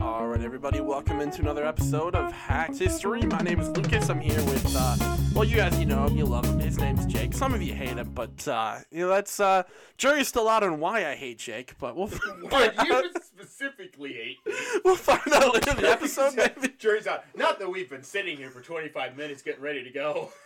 All right, everybody, welcome into another episode of Hacks History. My name is Lucas. I'm here with, uh, well, you guys, you know him, you love him. His name's Jake. Some of you hate him, but uh, you know, that's uh, jury's still out on why I hate Jake. But we'll Why you specifically hate me. we'll find out later in the episode, maybe. Jury's out. Not that we've been sitting here for 25 minutes getting ready to go.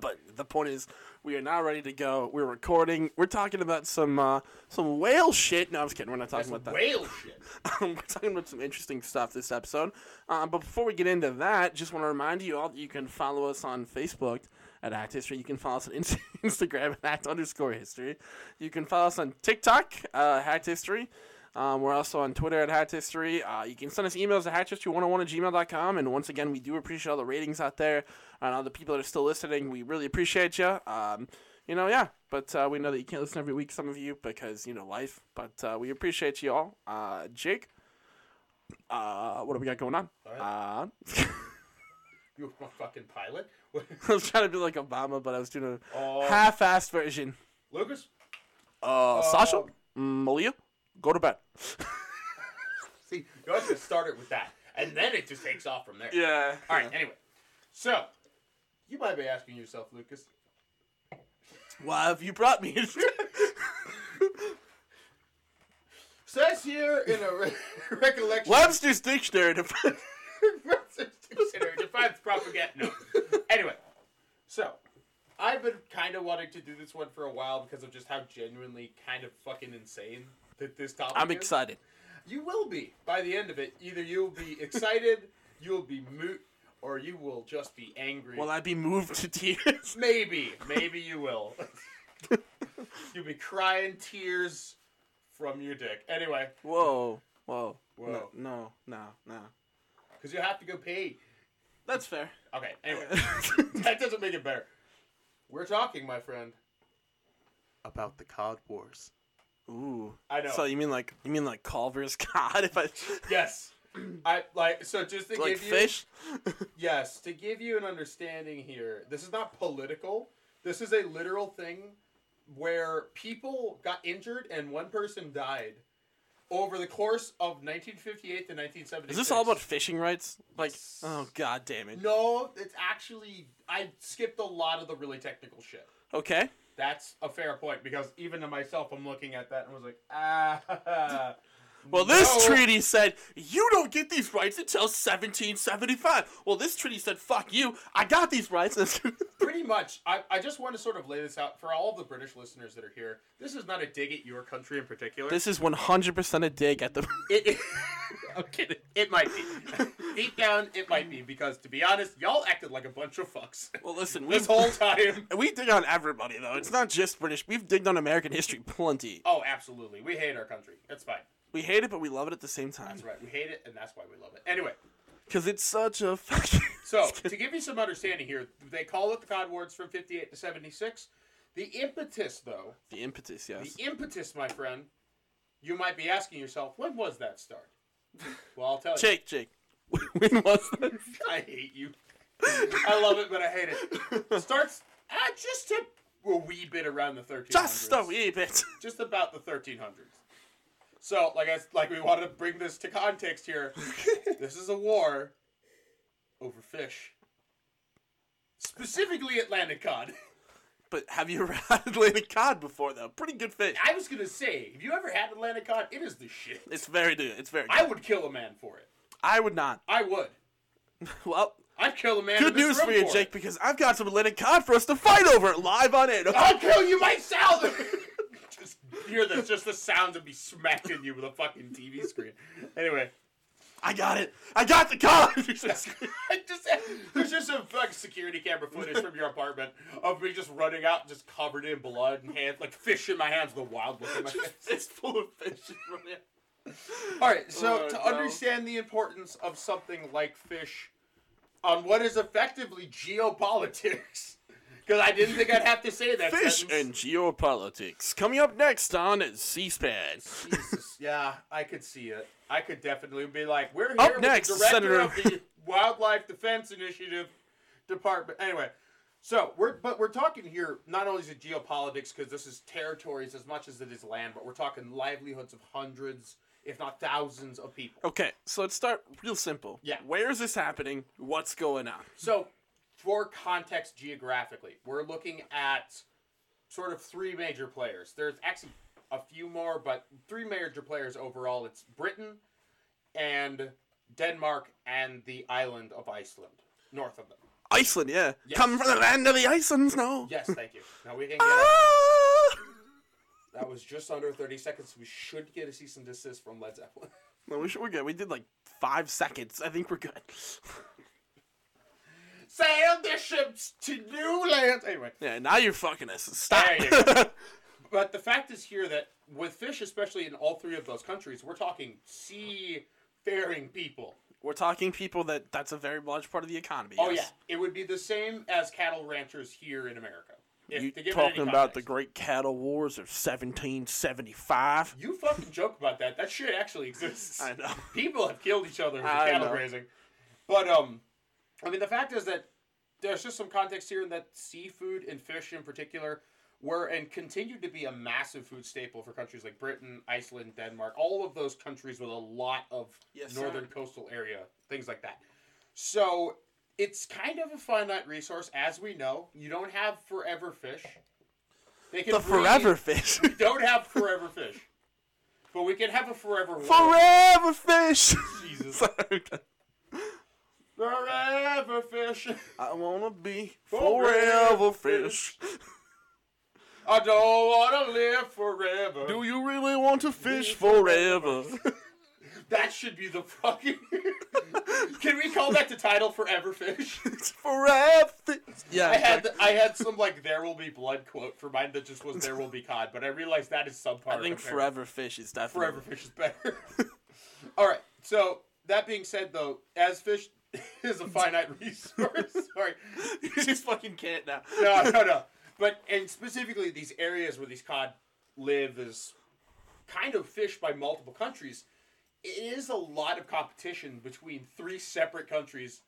But the point is, we are now ready to go. We're recording. We're talking about some uh, some whale shit. No, I'm just kidding. We're not talking That's about that. whale shit. Um, we're talking about some interesting stuff this episode. Uh, but before we get into that, just want to remind you all that you can follow us on Facebook at Act History. You can follow us on Inst- Instagram at Act underscore History. You can follow us on TikTok, uh, Hacked History. Um, we're also on Twitter at Hacked History. Uh, you can send us emails at hackhistory101 at gmail.com. And once again, we do appreciate all the ratings out there and all the people that are still listening. We really appreciate you. Um, you know, yeah. But uh, we know that you can't listen every week, some of you, because, you know, life. But uh, we appreciate you all. Uh, Jake, uh, what do we got going on? All Uh, You're a fucking pilot. I was trying to be like Obama, but I was doing a Oh. half-assed version. Lucas? Uh, Sasha, Mm, Malia, go to bed. See, you always just start it with that. And then it just takes off from there. yeah. All right, anyway. So, you might be asking yourself, Lucas, Why have you brought me? says here in a re- recollection. Webster's dictionary. to- considered defines propaganda. No. Anyway, so I've been kind of wanting to do this one for a while because of just how genuinely kind of fucking insane that this topic. I'm is. excited. You will be by the end of it. Either you'll be excited, you'll be moot, or you will just be angry. Will I be moved to tears? maybe, maybe you will. you'll be crying tears from your dick. Anyway, Whoa. Whoa. Whoa. No, no, no. no. because you have to go pee. That's fair. Okay. Anyway. that doesn't make it better. We're talking, my friend, about the Cod Wars. Ooh. I know. So you mean like you mean like Culver's cod? If I yes, I like so just to like give you fish? yes to give you an understanding here. This is not political. This is a literal thing where people got injured and one person died over the course of 1958 to 1976. Is this all about fishing rights? Like, Yes. oh god damn it. No, it's actually I skipped a lot of the really technical shit. Okay. That's a fair point because even to myself, I'm looking at that and was like, ah. Well, this no. treaty said you don't get these rights until 1775. Well, this treaty said fuck you. I got these rights. Pretty much, I, I just want to sort of lay this out for all the British listeners that are here. This is not a dig at your country in particular. this is 100% a dig at the. it, I'm kidding. It might be. Deep down, it might be because, to be honest, y'all acted like a bunch of fucks Well, listen, we this whole time. we dig on everybody though. It's not just British. We've digged on American history plenty. Oh, absolutely. We hate our country. That's fine. We hate it, but we love it at the same time That's right. We hate it, and that's why we love it. Anyway, because it's such a fucking. So, to give you some understanding here, they call it the Cod Wars from 58 to 76. The impetus, though, the impetus, the yes. impetus, my friend, you might be asking yourself, when was that start? Well, I'll tell you. Jake, Jake, when was this? I hate you. I love it, but I hate it. It starts uh, just a, a wee bit around the 1300s. Just a wee bit. Just about the 1300s. So, like I s- like we wanted to bring this to context here. this is a war over fish. Specifically Atlantic cod. But have you ever had Atlantic cod before though? Pretty good fish. I was gonna say, have you ever had Atlantic cod? It is the shit. It's very good. It's very good. I would kill a man for it. I would not. I would. Well, I'd kill a man. Good in this news room for you, it. Jake, because I've got some Atlantic cod for us to fight over live on it. I'll kill you myself. just hear this, just the sounds of me smacking you with a fucking TV screen. Anyway, I got it. I got the cod. I just there's just some like security camera footage from your apartment of me just running out, just covered in blood and hands, like fish in my hands, the wild look in my face. it's full of fish. from there. All right, so Oh, to no. understand the importance of something like fish on what is effectively geopolitics, because I didn't think I'd have to say that. Fish sentence. and geopolitics coming up next on C-SPAN. Jesus. Yeah, I could see it. I could definitely be like, we're here Up with next, the director Senator- of the Wildlife Defense Initiative Department. Anyway, so we're but we're talking here not only is it geopolitics because this is territories as much as it is land, but we're talking livelihoods of hundreds, if not thousands of people. Okay, so let's start real simple. Yeah. Where is this happening? What's going on? So, for context geographically, we're looking at sort of three major players. There's actually a few more, but three major players overall. It's Britain and Denmark and the island of Iceland, north of them. Iceland, yeah. Yes. Come from the land of the Icelands, no. Yes, thank you. Now we can get it. Ah! That was just under 30 seconds. We should get a cease and desist from Led Zeppelin. No, we should, we're good. We did like five seconds. I think we're good. Sail their ships to new lands. Anyway. Yeah, now you're fucking us. Stop. There you go. But the fact is here that with fish, especially in all three of those countries, we're talking seafaring people. we're talking people that that's a very large part of the economy. Oh yeah, yes. it would be the same as cattle ranchers here in America. If, You to give it any talking about the context. Great Cattle Wars of 1775? You fucking joke about that. That shit actually exists. I know. People have killed each other for I cattle know. raising. But um, I mean the fact is that there's just some context here in that seafood and fish in particular were and continue to be a massive food staple for countries like Britain, Iceland, Denmark, all of those countries with a lot of Yes, sir. northern coastal area, things like that. So it's kind of a finite resource, as we know. You don't have forever fish. They can The breed- forever fish. we don't have forever fish, but we can have a forever world. forever fish. Jesus. Sorry. Forever fish, I wanna be Forever forever fish. fish. I don't want to live forever. Do you really want to fish forever? that should be the fucking. can we call that the title? Forever fish. it's forever fish. Yeah. I had I had some like there will be blood quote for mine that just was there will be cod, but I realized that is subpar. I think compared- forever fish is definitely forever fish is better. All right. So that being said, though, as fish is a finite resource. Sorry. you just fucking can't now. no, no, no. But and specifically these areas where these cod live is kind of fished by multiple countries. It is a lot of competition between three separate countries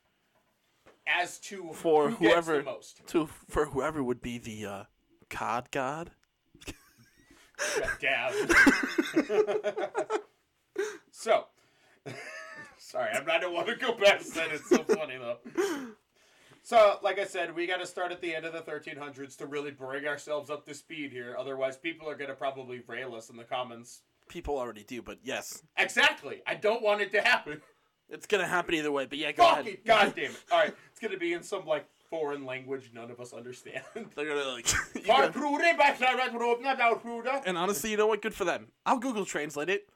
as to For who gets whoever- the most. To for whoever would be the uh, cod god. Damn. so, sorry, I'm not- I don't want to go past that. It's so funny though. So, like I said, we got to start at the end of the 1300s to really bring ourselves up to speed here. Otherwise, people are going to probably rail us in the comments. People already do, but yes, Exactly. I don't want it to happen. it's gonna happen either way. But yeah, go Fuck ahead. it. God damn it. All right. It's going to be in some like foreign language none of us understand. They're gonna like. you gotta- I and honestly, you know what? Good for them. I'll Google translate it.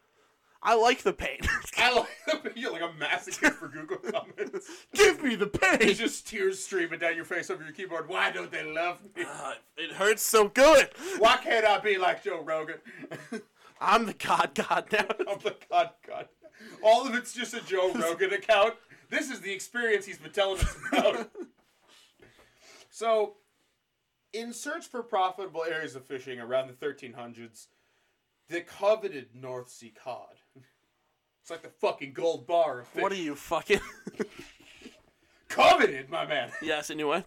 I like the pain. like you're like a massacre for Google comments. Give me the pain. It's just tears streaming down your face over your keyboard. Why don't they love me? Ah, it hurts so good. Why can't I be like Joe Rogan? I'm the god god now. I'm the God, God. All of it's just a Joe Rogan account. This is the experience he's been telling us about. so, in search for profitable areas of fishing around the 1300s, the coveted North Sea cod. It's like the fucking gold bar of fish. What are you fucking? coveted, my man? yes. Anyway.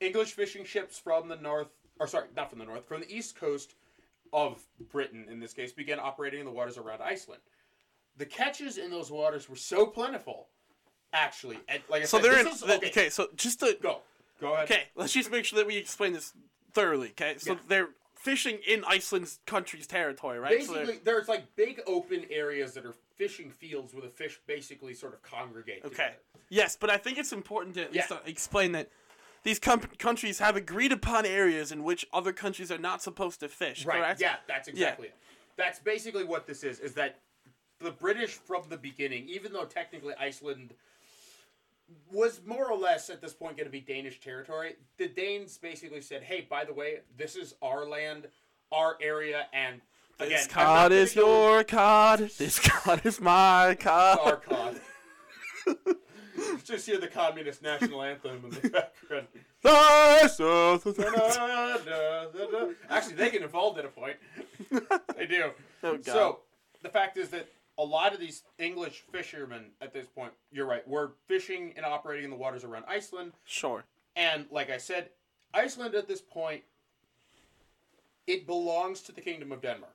English fishing ships from the north, or sorry, not from the north, from the east coast of Britain, in this case, began operating in the waters around Iceland. The catches in those waters were so plentiful, actually. And like I So said, they're this in. is- the- okay. okay, So just to go, go ahead. Okay, let's just make sure that we explain this thoroughly. Okay, so Yeah. they're fishing in Iceland's country's territory, right? so Basically, they're- there's like big open areas that are fishing fields where the fish basically sort of congregate. okay. together. Yes, but I think it's important to at least Yeah. uh, explain that these com- countries have agreed upon areas in which other countries are not supposed to fish. Right. Correct. Yeah, that's exactly it. That's basically what this is. Is that the British from the beginning, even though technically Iceland was more or less at this point going to be Danish territory, the Danes basically said, "Hey, by the way, this is our land, our area, and again, This I'm not cod gonna is go- your cod. This cod is my cod. our cod." Just hear the communist national anthem in the background. oh Actually, they get involved at a point. they do. Oh, God. So the fact is that a lot of these English fishermen at this point, you're right, were fishing and operating in the waters around Iceland. sure. And like I said, Iceland at this point, it belongs to the Kingdom of Denmark.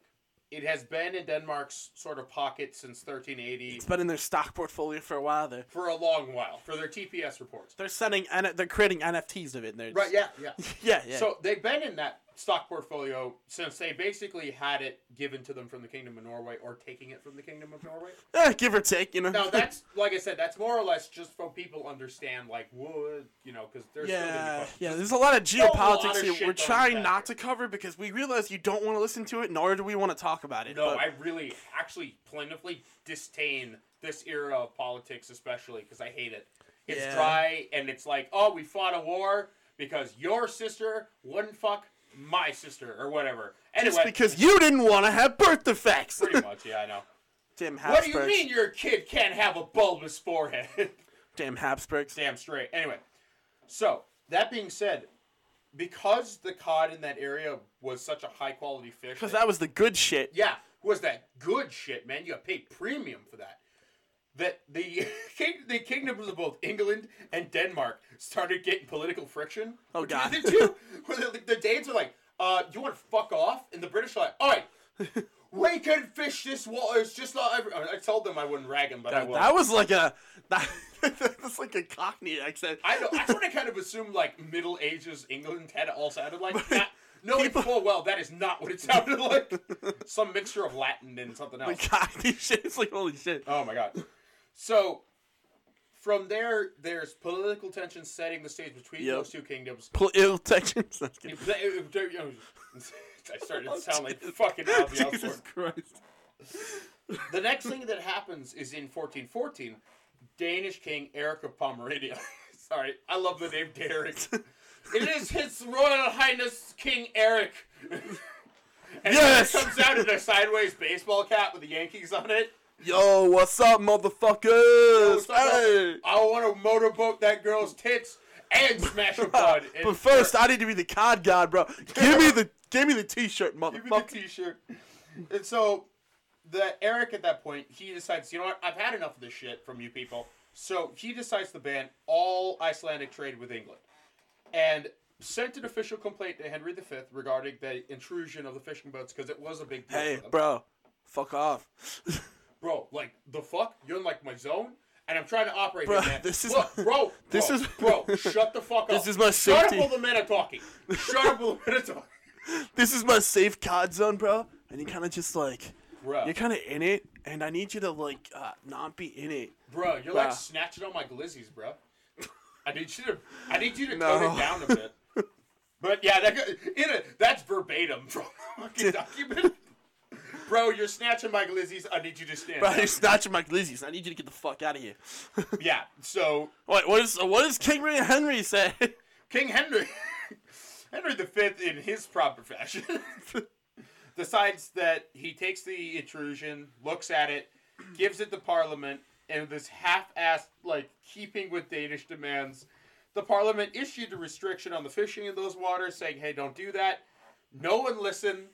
It has been in Denmark's sort of pocket since 1380 It's been in their stock portfolio for a while. They're for a long while for their TPS reports. they're sending N- they're creating NFTs of it. And they're Right, just- yeah, yeah. yeah, yeah. So they've been in that stock portfolio since they basically had it given to them from the Kingdom of Norway or taking it from the Kingdom of Norway. Eh, give or take, you know. Now that's like I said, that's more or less just for people understand like wood, you know, because there's still gonna be yeah, questions. yeah. There's a lot of lot geopolitics of here shit we're going trying back not to cover because we realize you don't want to listen to it, nor do we want to talk about it. No, but- I really, actually, plentifully disdain this era of politics, especially because I hate it. It's Yeah. dry and it's like, oh, we fought a war because your sister wouldn't fuck my sister or whatever. Anyway, just because you didn't want to have birth defects. pretty much, yeah, I know. Damn what do you Habsburgs. mean your kid can't have a bulbous forehead? Damn Habsburgs. Damn straight. Anyway, so that being said, because the cod in that area was such a high quality fish, Because that- that was the good shit. Yeah, was that good shit, man? You got paid premium for that. That the king, the kingdoms of both England and Denmark started getting political friction. Oh, between God. the two, where the, the Danes were like, "Uh, you want to fuck off?" And the British were like, "All right." We can fish this water. It's just not every. I told them I wouldn't rag them, but I That, will. that was like a that, that's like a Cockney accent. I know. That's what I kind of assumed. Like Middle Ages England had it all sounded like. Not, no, people- full well that is not what it sounded like. Some mixture of Latin and something else. Like Cockney shit. It's like holy shit. Oh my god. So from there, there's political tension setting the stage between Yep. those two kingdoms. Political tensions. That's good. I started to sound like fucking Ozzy Osbourne. Oh, Jesus Christ. The next thing that happens is in 1414, Danish King Eric of Pomerania. Sorry, I love the name Derek. it is His Royal Highness King Eric. and Yes! he comes out in a sideways baseball cap with the Yankees on it. Yo, what's up, motherfuckers? Hey. I want to motorboat that girl's tits and smash her butt. And But first, I need to be the cod god, bro. Give me the give me the t-shirt, give me the motherfucker. t-shirt. And so, the Eric at that point, he decides, you know what? I've had enough of this shit from you people. So he decides to ban all Icelandic trade with England, and sent an official complaint to Henry V regarding the intrusion of the fishing boats because it was a big deal. Hey, for them. bro, fuck off. bro, like the fuck, you're in like my zone, and I'm trying to operate. Bro, here, man. this is Look, my- bro. this bro, is- bro. Shut the fuck up. This is my Shut up safety. all the men are talking. Shut up all the men are talking. This is my safe cod zone, bro. And you kind of just like Bro, you're kind of in it, and I need you to like uh, not be in it. bro, you're Bruh. like snatching on my glizzies, bro. I need you to, I need you to tone No. it down a bit. But yeah, that go- in a, that's verbatim from the fucking document. Bro, you're snatching my glizzies. I need you to stand. Bro, up. you're snatching my glizzies. I need you to get the fuck out of here. Yeah. So Wait, what is what does King Ray Henry say? King Henry, Henry V, in his proper fashion, decides that he takes the intrusion, looks at it, gives it to Parliament, and this half-assed, like keeping with Danish demands, the Parliament issued a restriction on the fishing in those waters, saying, "Hey, don't do that." No one listened,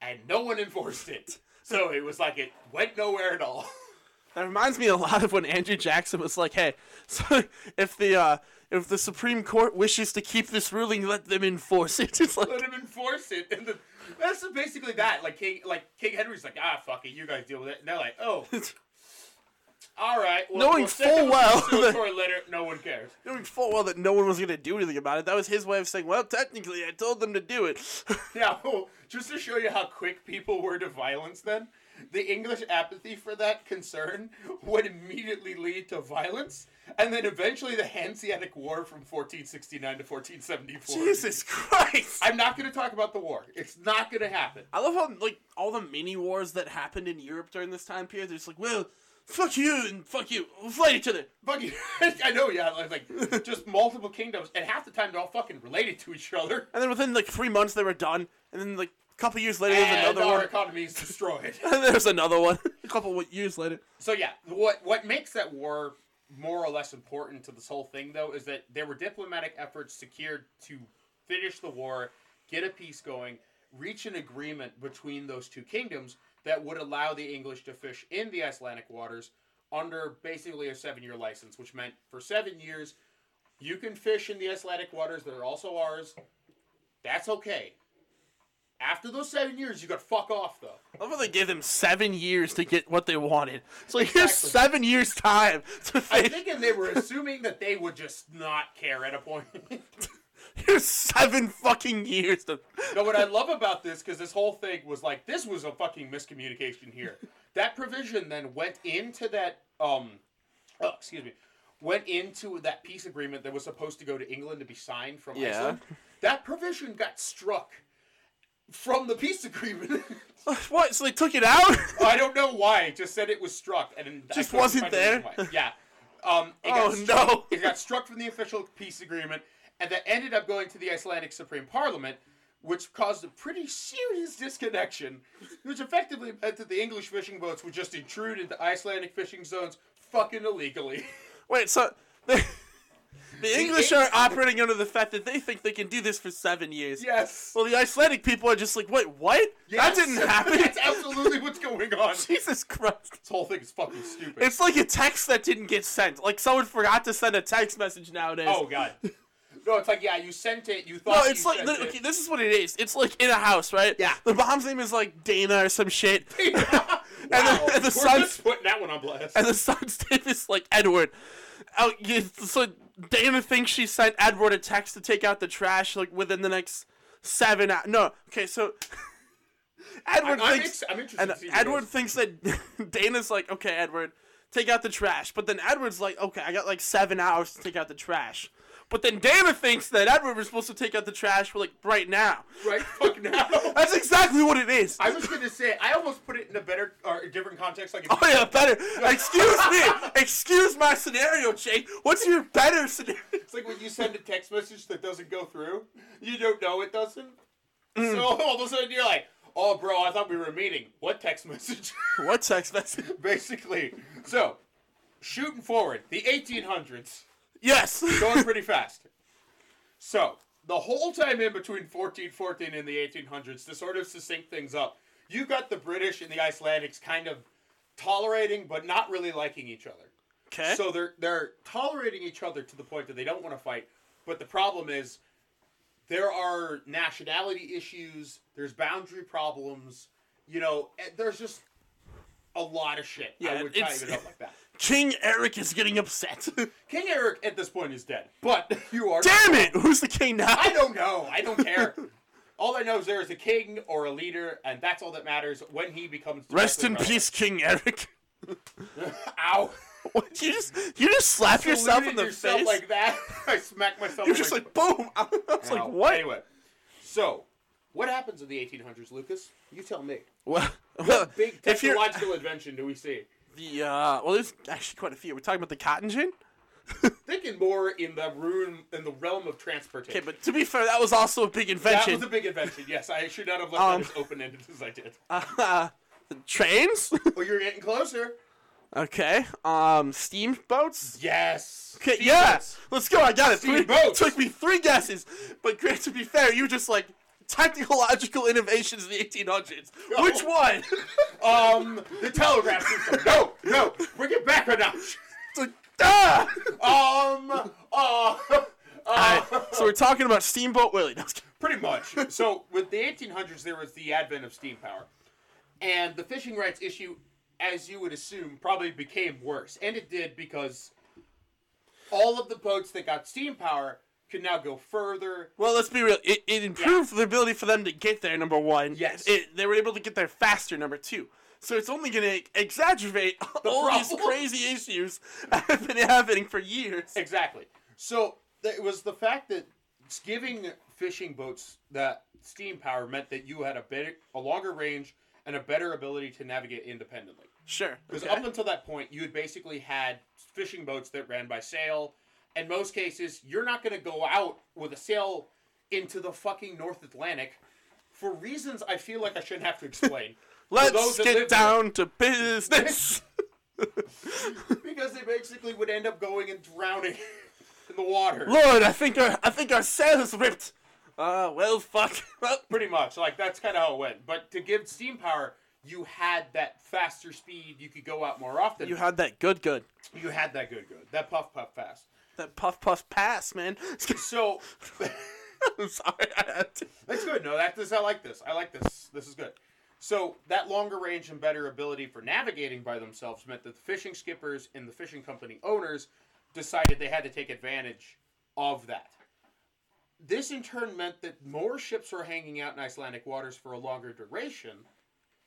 and no one enforced it. So it was like it went nowhere at all. That reminds me a lot of when Andrew Jackson was like, "Hey, so if the uh, if the Supreme Court wishes to keep this ruling, let them enforce it." It's like, let him enforce it. And the, that's basically that. Like King, like King Henry's like, ah, fuck it, you guys deal with it. And they're like, oh, all right. Well, Knowing we'll send full him a well conciliatory letter. No one cares. knowing full well that no one was gonna do anything about it, that was his way of saying, "Well, technically, I told them to do it." Yeah, well, just to show you how quick people were to violence then, the English apathy for that concern would immediately lead to violence, and then eventually the Hanseatic War from 1469 to 1474. Jesus Christ! I, I'm not going to talk about the war. It's not going to happen. I love how like all the mini wars that happened in Europe during this time period. They're just like, "Well, fuck you and fuck you, we'll fight each other." Fucking, I know, yeah, like, like just multiple kingdoms, and half the time they're all fucking related to each other. And then within like three months, they were done. And then like a couple years later, And there's another our one. economy is destroyed. And there's another one. a couple of years later. so yeah, what what makes that war more or less important to this whole thing though is that there were diplomatic efforts secured to finish the war, get a peace going, reach an agreement between those two kingdoms that would allow the English to fish in the Icelandic waters under basically a seven year license, which meant for seven years you can fish in the Icelandic waters that are also ours. That's okay. After those seven years, you got fuck off though. I love how they gave them seven years to get what they wanted. So like, here's Exactly. seven years time to I'm finish. thinking they were assuming that they would just not care at a point. Here's seven fucking years to. no, what I love about this because this whole thing was like this was a fucking miscommunication here. That provision then went into that um, oh, excuse me, went into that peace agreement that was supposed to go to England to be signed from Yeah. Iceland. That provision got struck from the peace agreement. What? So they took it out? I don't know why. It just said it was struck and I Just couldn't wasn't find the reason there? why. Yeah. Um, it Oh, got struck- no. It got struck from the official peace agreement, and that ended up going to the Icelandic Supreme Parliament, which caused a pretty serious disconnection, which effectively meant that the English fishing boats would just intrude into Icelandic fishing zones fucking illegally. Wait, so the, the English Eng- are operating under the fact that they think they can do this for seven years. yes. Well, the Icelandic people are just like, wait, what? Yes. That didn't happen. That's absolutely what's going on. This Jesus Christ. whole thing is fucking stupid. It's like a text that didn't get sent. Like someone forgot to send a text message nowadays. oh god. No, it's like yeah, you sent it. You thought. No, you it's like sent li- it. okay, this is what it is. It's like in a house, right? Yeah. The mom's name is like Dana or some shit, wow. the- and the We're sun's- just putting that one on blast. and the son's name is like Edward. Oh, yeah, so Dana thinks she sent Edward a text to take out the trash like within the next seven. Hours. No, okay, so Edward I'm, I'm, thinks ex- I'm interested. and to see where Edward this- thinks that Dana's like, okay, Edward, take out the trash. But then Edward's like, okay, I got like seven hours to take out the trash. But then Dana thinks that Edward was supposed to take out the trash for like right now. right fuck now. That's exactly what it is. I was gonna say I almost put it in a better or a different context. Like, if- Oh yeah, better. Excuse me. Excuse my scenario, Jake. What's your better scenario? it's like when you send a text message that doesn't go through, you don't know it doesn't. So all of a sudden you're like, "Oh, bro, I thought we were meeting. What text message?" What text message? Basically, so shooting forward, the 1800s. Yes. going pretty fast. So the whole time in between 1414 and the 1800s, to sort of succinct things up, you got the British and the Icelandics kind of tolerating but not really liking each other. Okay. So they're they're tolerating each other to the point that they don't want to fight. But the problem is there are nationality issues, there's boundary problems, you know, and there's just a lot of shit. Yeah, I would it's- type it up like that. King Eric is getting upset. King Eric at this point is dead, but you are Damn it! Who's the king now? I don't know. I don't care. all I know is there is a king or a leader, and that's all that matters when he becomes. Rest directly in relevant. peace, King Eric. Ow! What, you just you just slap yourself in Saluted the yourself face. like that. I smacked myself. You're just like boom. I was like, Ow. what? Anyway, so what happens in the 1800s, Lucas? You tell me. Well, Big if you're technological invention do we see? the uh, well, there's actually quite a few. We're talking about the cotton gin. Thinking more in the room in the realm of transportation. Okay, but to be fair, that was also a big that invention. was a big invention. Yes, I should not have left Um, that as open ended as I did. uh, the trains. well, you're getting closer. okay. Um, steamboats. Yes. Okay, See, yeah, that's- let's go. I got it. Three, Steamboats. took me three guesses, but Grant, to be fair, you were just like technological innovations in the 1800s. No. Which one? Um, the telegraph system. No, no, bring it back a notch. It's like, ah! Um, uh, uh, Alright, so we're talking about Steamboat Willie. No, I'm just kidding. pretty much. So with the 1800s, there was the advent of steam power, and the fishing rights issue, as you would assume, probably became worse, and it did because all of the boats that got steam power could now go further. Well, let's be real. It, it improved the ability for them to get there. Number one. Yes. It, they were able to get there faster. Number two. So it's only going to exacerbate all these problem. crazy issues that have been happening for years. Exactly. So th- it was the fact that giving fishing boats that steam power meant that you had a better, a longer range, and a better ability to navigate independently. Sure. Because okay. up until that point, you had basically had fishing boats that ran by sail. In most cases, you're not going to go out with a sail into the fucking North Atlantic for reasons I feel like I shouldn't have to explain. For those Let's that get live there. down to business. because they basically would end up going and drowning in the water. Lord, I think our I think our sail is ripped. Uh, well, fuck. Well, pretty much like that's kind of how it went but to give steam power you had that faster speed you could go out more often you had that good, good. You had that good good that puff puff fast That puff puff pass, man. so I'm sorry. I had to. That's good. No, that this I like this. I like this. This is good. So that longer range and better ability for navigating by themselves meant that the fishing skippers and the fishing company owners decided they had to take advantage of that. This in turn meant that more ships were hanging out in Icelandic waters for a longer duration,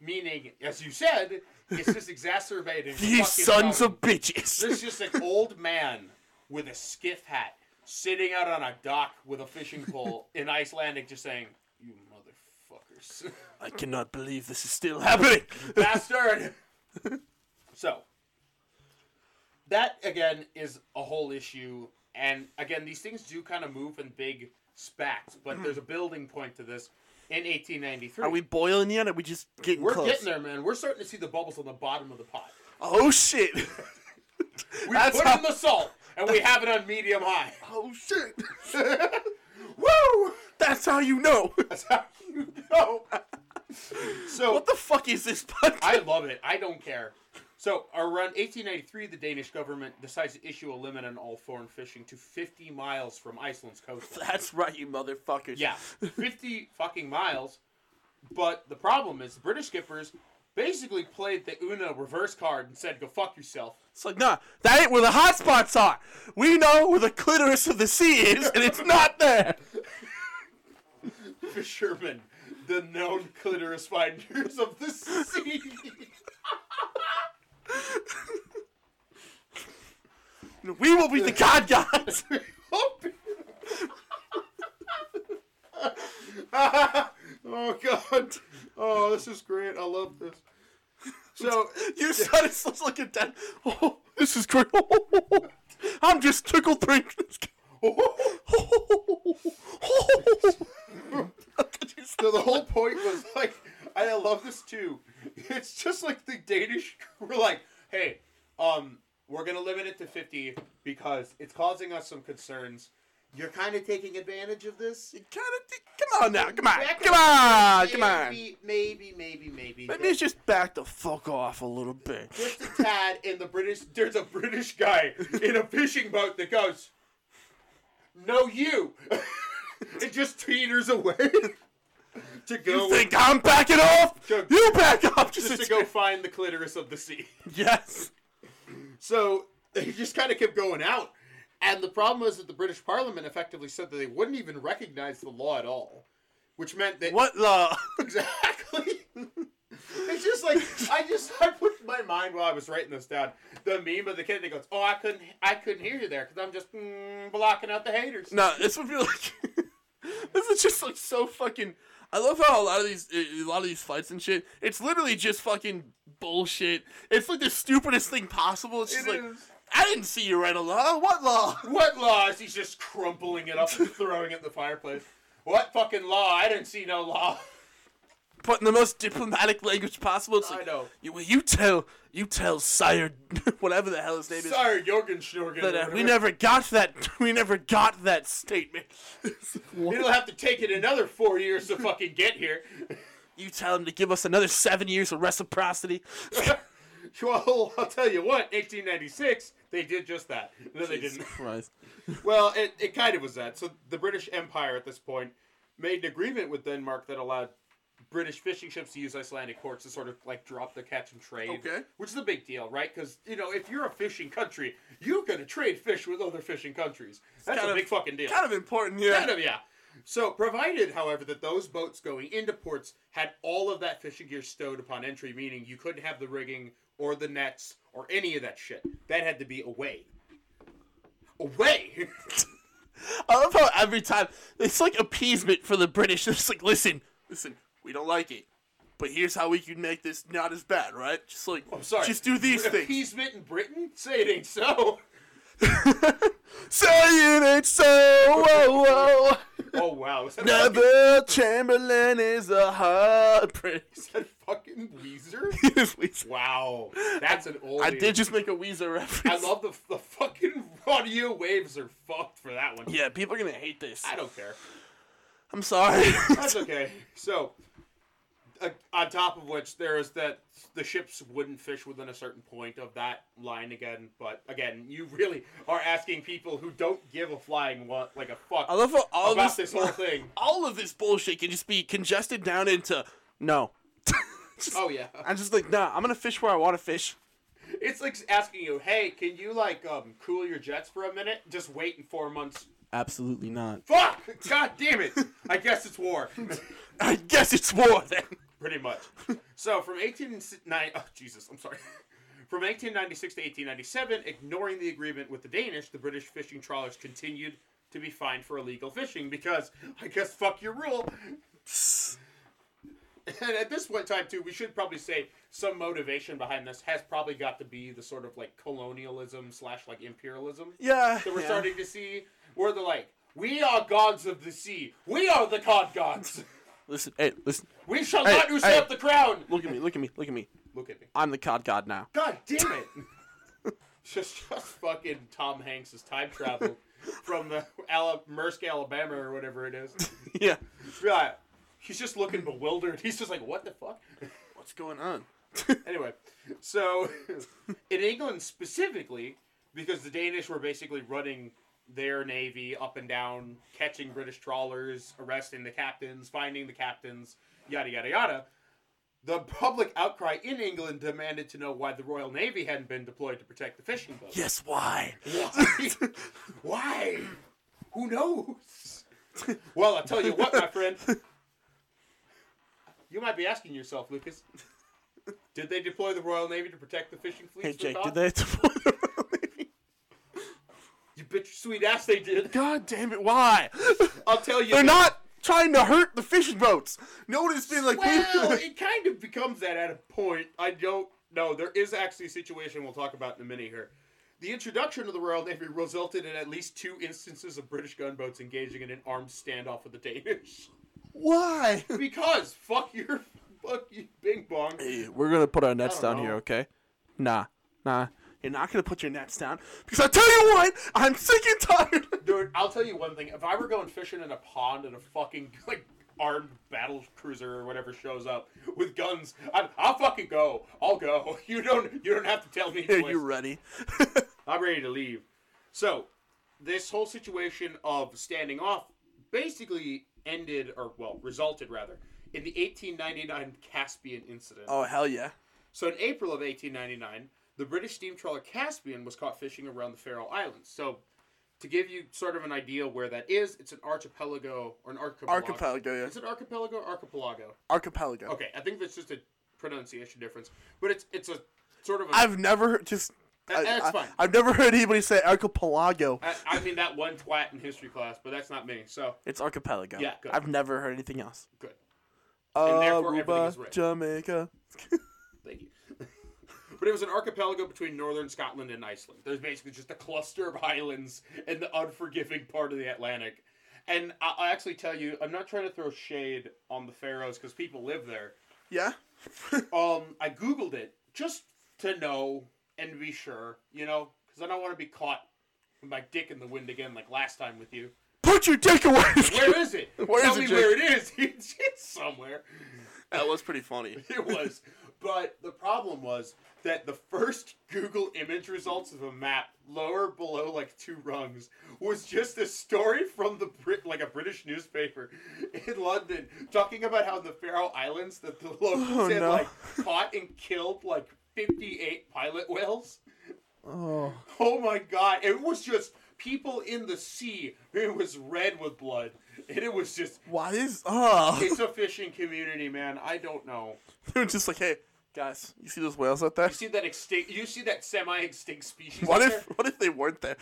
meaning, as you said, it's just exacerbating. the These fucking sons problem. of bitches. There's just an old man with a skiff hat sitting out on a dock with a fishing pole in Icelandic just saying, You motherfuckers. I cannot believe this is still happening. Bastard! so, that again is a whole issue. And again, these things do kind of move in big spats, but there's a building point to this in 1893. Are we boiling yet? Are we just getting We're close? getting there, man. We're starting to see the bubbles on the bottom of the pot. Oh shit! We That's put how- in the salt, and we have it on medium high. Oh shit! Woo! That's how you know. That's how you know. So What the fuck is this podcast? I love it. I don't care. So around 1893, the Danish government decides to issue a limit on all foreign fishing to 50 miles from Iceland's coast. That's right, you motherfuckers. Yeah, 50 fucking miles. But the problem is, the British skippers basically played the Una reverse card and said, "Go fuck yourself." It's like, nah, that ain't where the hot spots are. We know where the clitoris of the sea is, and it's not there. Fishermen, the known clitoris finders of the sea. We will be the god gods. oh god. Oh, this is great. I love this. So You said it's just like a dead. Oh, this is great. I'm just tickled pink. so the whole point was like I love this too. It's just like the Danish were like, hey, um, we're gonna limit it to fifty because it's causing us some concerns. You're kinda taking advantage of this. Come on now, come on, Back come on, up. come on. Maybe, maybe, maybe, maybe. Maybe it's just back the fuck off a little bit. just a tad in the British. There's a British guy in a fishing boat that goes, "No, you," and just teeters away to go You think I'm backing off? Go- You back up. just to go find the clitoris of the sea. Yes. So they just kind of kept going out, and the problem was that the British Parliament effectively said that they wouldn't even recognize the law at all, which meant that What the? Exactly. it's just like I just I put in my mind while I was writing this down the meme of the kid that goes, "Oh, I couldn't, I couldn't hear you there because I'm just mm, blocking out the haters." No, this would be like. this is just like so fucking. I love how a lot of these, a lot of these fights and shit. It's literally just fucking bullshit. It's like the stupidest thing possible. It's just It like is. I didn't see you write a law. What law? What laws? He's just crumpling it up and throwing it in the fireplace. What fucking law? I didn't see no law. But in the most diplomatic language possible. It's like, I know. You, well, you tell, you tell Sire, whatever the hell his name is. Sorry, Jorgen Schnorgen. That, uh, or we whatever. never got that. We never got that statement. It'll have to take it another four years to fucking get here. you tell him to give us another seven years of reciprocity. Well, I'll tell you what, 1896, they did just that. No, they didn't. Christ. Well, it, it kind of was that. So the British Empire at this point made an agreement with Denmark that allowed British fishing ships to use Icelandic ports to sort of like drop the catch and trade. Okay. Which is a big deal, right? Because, you know, if you're a fishing country, you're going to trade fish with other fishing countries. That's kind a of- big fucking deal. Kind of important, yeah. Kind of, yeah. So, provided, however, that those boats going into ports had all of that fishing gear stowed upon entry, meaning you couldn't have the rigging or the nets or any of that shit. That had to be away. Away! I love how every time it's like appeasement for the British. It's like, listen, listen, we don't like it, but here's how we can make this not as bad, right? Just like, Oh, I'm sorry. just do these With things. Appeasement in Britain? Say it ain't so. Say it ain't so. Whoa, whoa. Oh wow. Is that fucking- Never Chamberlain is a hard is that fucking Weezer? prince. Wow. That's an old. I did just make a Weezer I reference. love the the fucking audio waves are fucked for that one. Yeah, people are gonna hate this. I don't care. I'm sorry. That's okay. So, uh, on top of which there is that the ships wouldn't fish within a certain point of that line again. But again, you really are asking people who don't give a flying what like a fuck I love how all about this, this whole thing. all of this bullshit can just be congested down into no. Oh yeah, I'm just like, nah, I'm gonna fish where I wanna fish. it's like asking you, hey, can you like um cool your jets for a minute? Just wait in four months. Absolutely not. Fuck! God damn it! I guess it's war. I guess it's war then. pretty much. so from 1809, oh Jesus, I'm sorry. From 1896 to 1897, ignoring the agreement with the Danish, the British fishing trawlers continued to be fined for illegal fishing because I guess fuck your rule. And at this point in time too, we should probably say some motivation behind this has probably got to be the sort of like colonialism slash like imperialism Yeah. that we're yeah. starting to see, where they're like, we are gods of the sea, we are the cod gods, Listen, hey, listen. we shall Hey, not usurp the crown. Look at me, look at me, look at me. Look at me. I'm the cod god now. God damn it! just, just fucking Tom Hanks' time travel from the Ala- Maersk, Alabama, or whatever it is. yeah. Yeah, he's just looking bewildered. He's just like, what the fuck? What's going on? anyway, so in England specifically, because the Danish were basically running their navy up and down, catching British trawlers, arresting the captains, finding the captains, yada yada yada. The public outcry in England demanded to know why the Royal Navy hadn't been deployed to protect the fishing boats. Yes, why? Why? Why? Who knows? Well, I'll tell you what, my friend. You might be asking yourself, Lucas. Did they deploy the Royal Navy to protect the fishing fleets? Hey for Jake, cod? did they deploy the You bet your sweet ass they did. God damn it, why? I'll tell you. They're this. not trying to hurt the fishing boats. Nobody's been like, Well, it kind of becomes that at a point. I don't know. There is actually a situation we'll talk about in a minute here. The introduction of the Royal Navy resulted in at least two instances of British gunboats engaging in an armed standoff with the Danish. why? Because fuck your fuck you Bing Bong. Hey, we're gonna put our nets I down don't here, know. okay? Nah, nah. You're not gonna put your nets down because I tell you what, I'm sick and tired. Dude, I'll tell you one thing. If I were going fishing in a pond and a fucking like armed battle cruiser or whatever shows up with guns, I'd, I'll fucking go. I'll go. You don't you don't have to tell me. Are twice. you ready? I'm ready to leave. So, this whole situation of standing off basically ended or well, resulted rather in the 1899 Caspian incident. oh hell yeah! So in April of 1899, the British steam trawler Caspian was caught fishing around the Faroe Islands. So to give you sort of an idea where that is, it's an archipelago or an archipelago. Archipelago, yeah. Is it archipelago or archipelago? Archipelago. Okay, I think that's just a pronunciation difference, but it's it's a sort of a I I've never heard- just. I, that's fine. Uh, have never heard anybody say archipelago. I mean that one twat in history class, but that's not me. So It's archipelago. Yeah, good. I've never heard anything else. good. And therefore everything is Aruba, right. Jamaica. Thank you. but it was an archipelago between northern Scotland and Iceland. There's basically just a cluster of islands in the unforgiving part of the Atlantic. And I- I'll actually tell you, I'm not trying to throw shade on the Faroes because people live there. Yeah. Um, I googled it just to know and be sure, you know, because I don't want to be caught with my dick in the wind again like last time with you. Put your dick away. Where is it? Where Tell is it, me Jake? where it is. it's somewhere. that was pretty funny. It was. But the problem was that the first Google image results of a map lower below like two rungs was just a story from the Brit like a British newspaper in London talking about how in the Faroe Islands that the locals Oh, had no. like caught and killed like 58 pilot whales. Oh. Oh my god, it was just people in the sea. It was red with blood. And it was just Why is oh? it's a fishing community, man. I don't know. They were just like, hey, guys, you see those whales out there? You see that extinct? You see that semi-extinct species? What out if there? what if they weren't there?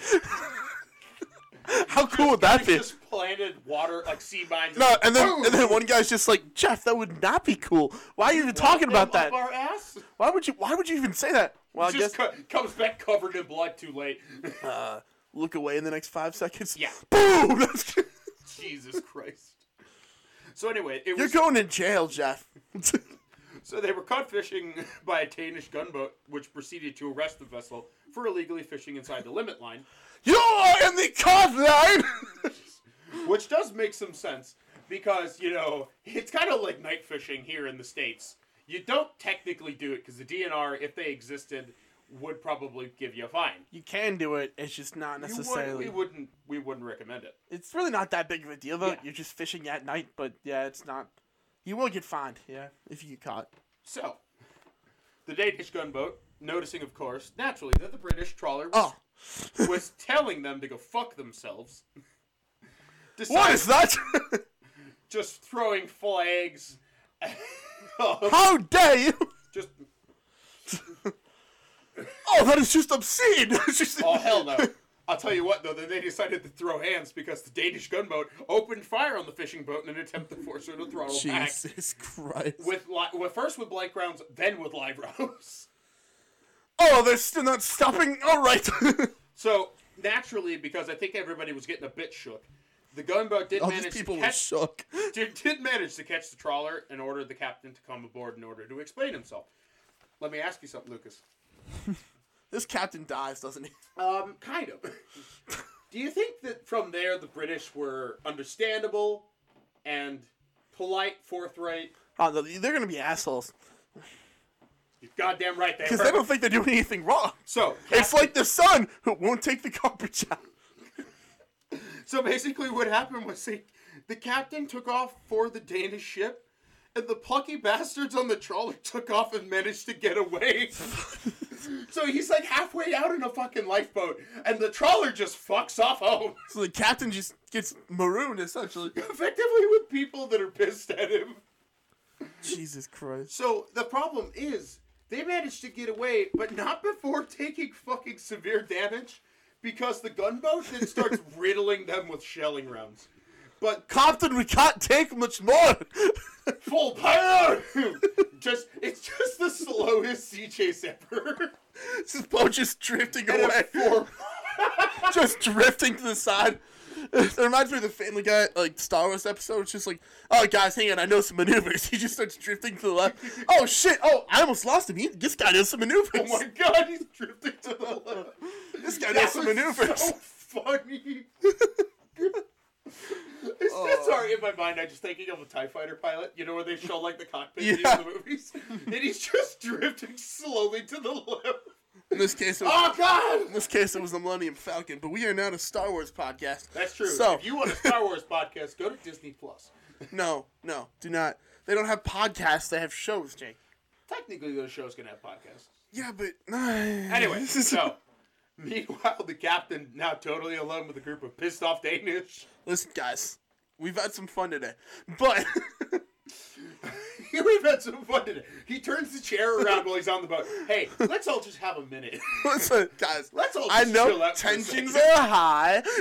How cool would that They be? Just planted water like sea mines. No, and then Boom! and then one guy's just like, Jeff, that would not be cool. Why are you even talking Them about that? Up our ass. Why would you why would you even say that? Well, I just guess co- comes back covered in blood too late. uh, look away in the next five seconds. Yeah. Boom! That's- Jesus Christ. So anyway, You're it was going to jail, Jeff. so they were caught fishing by a Danish gunboat, which proceeded to arrest the vessel for illegally fishing inside the limit line. You're in the cod line. which does make some sense because you know it's kind of like night fishing here in the states. You don't technically do it because the DNR, if they existed, would probably give you a fine. You can do it. It's just not You would- necessarily. we wouldn't. We wouldn't recommend it. It's really not that big of a deal though. Yeah. You're just fishing at night, but yeah, it's not. You will get fined, yeah, if you get caught. So, the Danish gunboat, noticing, of course, naturally, that the British trawler was, Oh, was telling them to go fuck themselves. what decided- is that? Just throwing flags. Oh, How dare you? just Oh, that is just obscene. It's just- oh hell no! I'll tell you what though, then they decided to throw hands because the Danish gunboat opened fire on the fishing boat in an attempt to force her to throttle back. Jesus Christ. With, li- with first with blank rounds, then with live rounds. Oh, they're still not stopping. All right. So naturally, because I think everybody was getting a bit shook, the gunboat did All Oh, these manage people to were catch shook. did, did manage to catch the trawler and ordered the captain to come aboard in order to explain himself. Let me ask you something, Lucas. This captain dies, doesn't he? Um, kind of. Do you think that from there the British were understandable and polite, forthright? Oh, no, they're gonna be assholes You're goddamn right they because they were. don't think they're doing anything wrong. So, It's like the son who won't take the garbage out. so basically, what happened was they, the captain took off for the Danish ship, and the plucky bastards on the trawler took off and managed to get away. so he's like halfway out in a fucking lifeboat, and the trawler just fucks off home. So the captain just gets marooned essentially. effectively with people that are pissed at him. Jesus Christ. So the problem is they managed to get away, but not before taking fucking severe damage because the gunboat then starts riddling them with shelling rounds. But Captain, we can't take much more. full power! just it's just the slowest sea chase ever. this boat just drifting And away, at four- just drifting to the side. It reminds me of the Family Guy, like Star Wars episode. It's just like, oh guys, hang on, I know some maneuvers. He just starts drifting to the left. Oh shit! Oh, I almost lost him. He, this guy knows some maneuvers. oh my god, he's drifting to the left. this guy knows That some was maneuvers. so funny. It's Oh. just sorry in my mind. I'm just thinking of a Tie Fighter pilot. You know where they show like the cockpit view Yeah. in the movies, and he's just drifting slowly to the left. In this case, it was, Oh in God! this case, it was the Millennium Falcon. But we are not a Star Wars podcast. That's true. So if you want a Star Wars podcast, go to Disney Plus. no, no, do not. They don't have podcasts. They have shows, Jake. Technically, those shows can have podcasts. Yeah, but Anyway, anyway, so meanwhile, the captain now totally alone with a group of pissed off Danish. listen, guys, we've had some fun today, but We've had some fun today. He turns the chair around while he's on the boat. Hey, let's all just have a minute. listen, guys, Let's all. Just I Oh, chill know out for a tensions second. are high.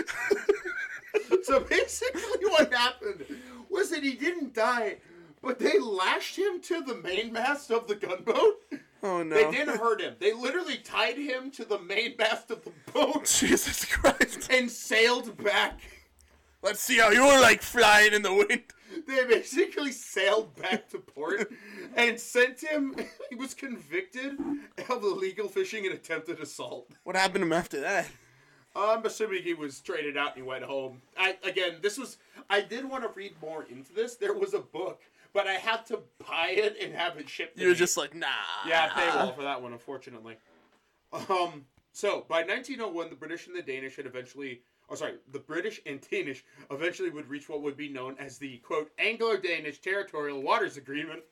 So basically, what happened was that he didn't die, but they lashed him to the mainmast of the gunboat. Oh no, They didn't hurt him. They literally tied him to the mainmast of the boat Jesus Christ! and sailed back. Let's see how you're like flying in the wind. They basically sailed back to port and sent him. He was convicted of illegal fishing and attempted assault. What happened to him after that? I'm assuming he was traded out and he went home. I again, this was I did want to read more into this. There was a book, but I had to buy it and have it shipped. to You were me. just like, nah. yeah, paywall for that one, unfortunately. Um, so by 1901, the British and the Danish had eventually, oh sorry, the British and Danish eventually would reach what would be known as the quote Anglo-Danish Territorial Waters Agreement.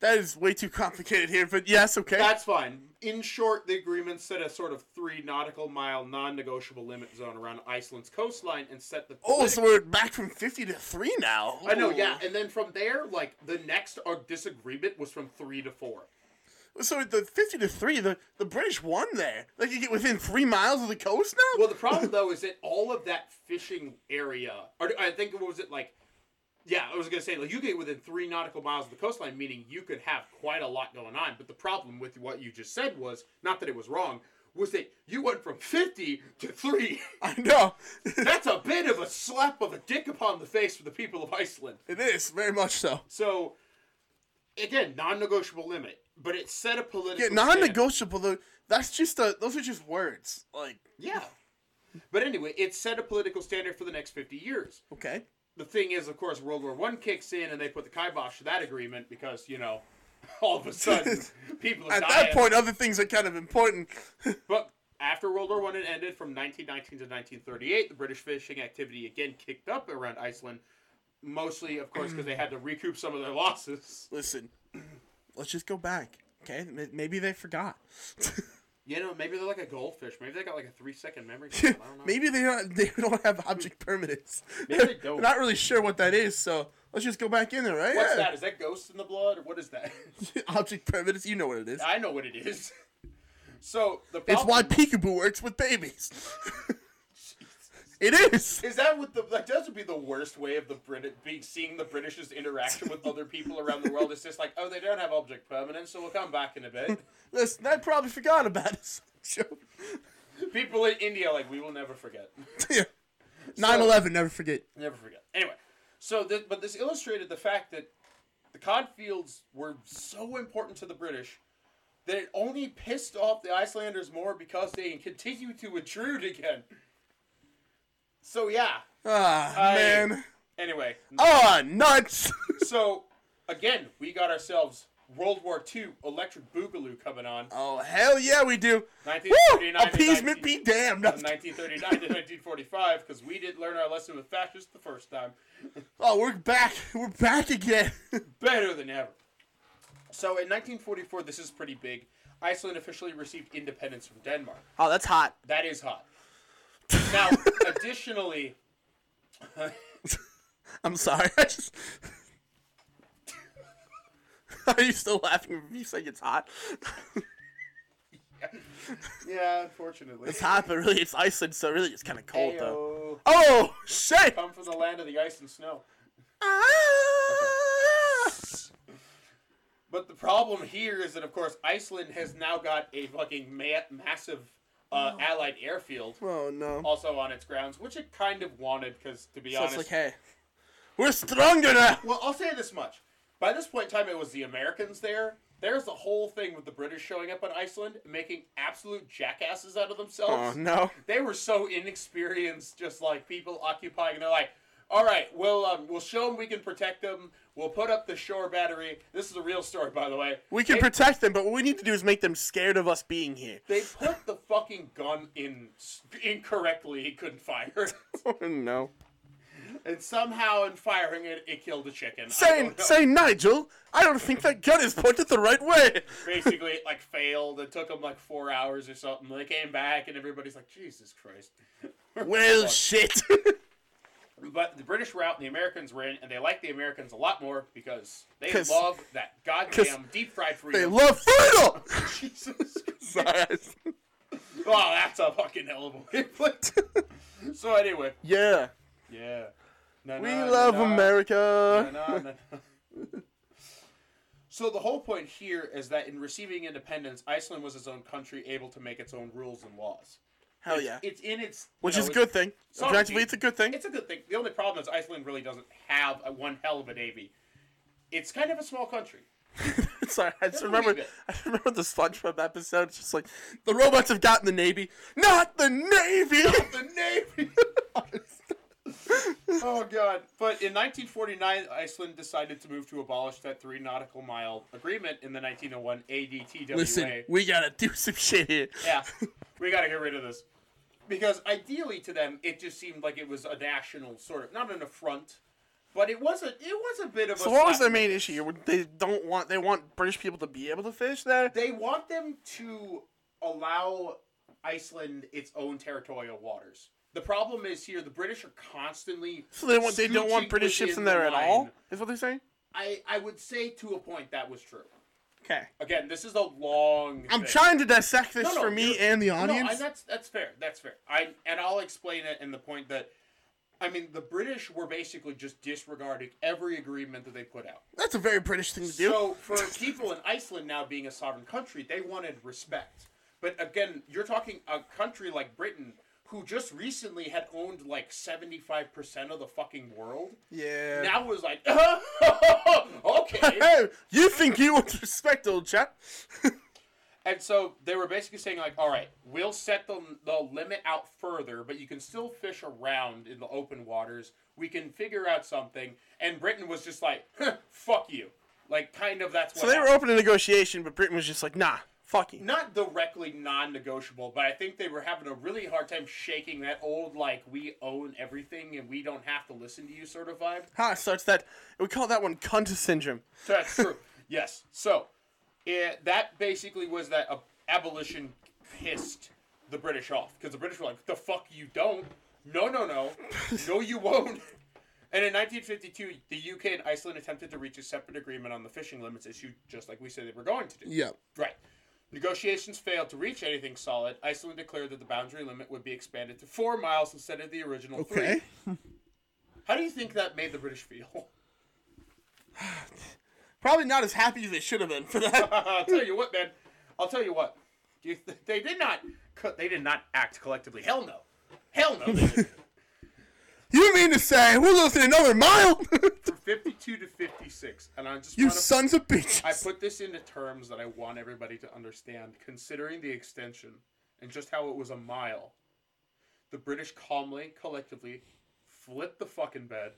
That is way too complicated here, but yes, okay. That's fine. In short, the agreement set a sort of three nautical mile non-negotiable limit zone around Iceland's coastline and set the Oh, political- so we're back from 50 to 3 now. I know, Ooh. yeah. And then from there, like the next uh, disagreement was from three to four. So the 50 to 3, the, the British won there. They could get within 3 miles of the coast now? Well, the problem though is that all of that fishing area, or I think what was it like? Yeah, I was gonna say like you get within three nautical miles of the coastline, meaning you could have quite a lot going on. But the problem with what you just said was not that it was wrong, was that you went from fifty to three. I know. That's a bit of a slap of a dick upon the face for the people of Iceland. it is, very much so. So, again, non-negotiable limit, but it set a political Yeah, non standard. negotiable, though. That's just a, those are just words. Like, Yeah. But anyway, it set a political standard for the next 50 years. okay. the thing is, of course, World War One kicks in and they put the kibosh to that agreement because you know, all of a sudden people are At dying. that point, other things are kind of important. But after World War One had ended from 1919 to 1938, the British fishing activity again kicked up around Iceland, mostly, of course, because they had to recoup some of their losses. Listen, let's just go back. Okay, M- maybe they forgot. You know, maybe they're like a goldfish. Maybe they got like a three-second memory. Chip. I don't know. maybe they don't, they don't have object permanence. Maybe they don't. Not really sure what that is. So let's just go back in there, right? What's that? Is that ghost in the blood, or what is that? that? object permanence. You know what it is. I know what it is. So the It's problem- why peekaboo works with babies. it is. Is that what the that does would be the worst way of the Brit being seeing the British's interaction with other people around the world? It's just like, oh, they don't have object permanence, so we'll come back in a bit. Listen, I probably forgot about this show. people in India are like we will never forget, Yeah. 9-11, never forget. never forget. Anyway, so th- but this illustrated the fact that the cod fields were so important to the British that it only pissed off the Icelanders more because they continued to intrude again. So yeah. Ah, I- man. Anyway, Ah, nuts. so again, we got ourselves World War II Electric Boogaloo coming on. oh, hell yeah, we do. Woo! 1939 to Appeasement 19 be damned. from 1939 to 1945 because we didn't learn our lesson with fascists the first time. Oh, we're back. We're back again. Better than ever. So in 1944, this is pretty big. Iceland officially received independence from Denmark. oh, that's hot. That is hot. Now, additionally, I'm sorry. I just... Are you still laughing when you say it's hot? yeah, unfortunately, It's hot, but really it's Iceland, so really it's kind of cold, though. Ayo. Oh, shit! Ah! come from the land of the ice and snow. But the problem here is that, of course, Iceland has now got a fucking ma- massive uh, Allied airfield Oh, no. also on its grounds, which it kind of wanted because, to be So it's honest, like, hey, we're stronger now. well, I'll say this much: by this point in time, it was the Americans there. There's the whole thing with the British showing up on Iceland, making absolute jackasses out of Oh, themselves. no. They were so inexperienced, just like people occupying. They're like, "All right, we'll um, we'll show them we can protect them. We'll put up the shore battery. This is a real story, by the way. We can They- protect them, but what we need to do is make them scared of us being here. They put the fucking gun in s- incorrectly. It couldn't fire, Oh, no. and somehow in firing it, it killed a chicken. I Say, don't know. say, Nigel, I don't think that gun is pointed the right way. Basically, it like failed. It took them like four hours or something. They came back, and everybody's like, "Jesus Christ!" Well, shit. But the British route, and the Americans were in, and they liked the Americans a lot more because they 'Cause- love that goddamn deep fried they freedom. love freedom. Jesus. Sorry. Oh, that's a fucking hell of a way to put it. So anyway, yeah. yeah. Na, We na, na, love na. America. Na, na, na. So the whole point here is that in receiving independence, Iceland was its own country, able to make its own rules and laws. Hell yeah. It's in its you Which know, is a it's- good thing. sovereignty. Objectively, it's a good thing. It's a good thing. The only problem is Iceland really doesn't have a one hell of a navy. It's kind of a small country. Sorry, I just Don't remember. believe it. I remember the SpongeBob episode. It's just like the robots have gotten the navy, not the navy. the navy. oh god! But in 1949, Iceland decided to move to abolish that three nautical mile agreement in the 1901 ADTWA. Listen, we gotta do some shit here. yeah, we gotta get rid of this. Because ideally to them, it just seemed like it was a national sort of not an affront, but it was a it was a bit of a. So what was slap their in main face. issue? They don't want they want British people to be able to fish there. They want them to allow Iceland its own territorial waters. The problem is here the British are constantly So they want they don't want scooching British ships in within the there at line. all. Is what they're saying? I I would say to a point that was true. Okay. Again, this is a long. I'm thing. trying to dissect this No, no, for me you're- and the No, audience. and that's that's fair. That's fair. I and I'll explain it in the point that, I mean, the British were basically just disregarding every agreement that they put out. that's a very British thing to do. So for people in Iceland now being a sovereign country, they wanted respect. But again, you're talking a country like Britain who just recently had owned like 75% of the fucking world. yeah. Now was like, okay. hey, you think you would respect old chap? And so they were basically saying like, all right, we'll set the, the limit out further, but you can still fish around in the open waters. We can figure out something. And Britain was just like, "Huh, fuck you. Like, kind of that's what So they were happened. open to negotiation, but Britain was just like, nah, fuck you. not directly non-negotiable, but I think they were having a really hard time shaking that old like we own everything and we don't have to listen to you sort of vibe. Ha, so it's that, we call that one cunt syndrome. So that's true. yes. So it, that basically was that ab- abolition pissed the British off because the British were like, "The fuck you don't? No, no, no, no, you won't." And in 1952, the UK and Iceland attempted to reach a separate agreement on the fishing limits issue, just like we said they were going to do. Yeah. Right. Negotiations failed to reach anything solid. Iceland declared that the boundary limit would be expanded to four miles instead of the original Okay. three. How do you think that made the British feel? Probably not as happy as they should have been for that. I'll tell you what, man. I'll tell you what. Do you th- they did not. Co- they did not act collectively. Hell no. Hell no. they didn't. you mean to say we're losing another mile? From 52 to 56, and I just you want to. sons of bitches. I put this into terms that I want everybody to understand, considering the extension and just how it was a mile. The British calmly, collectively, flipped the fucking bed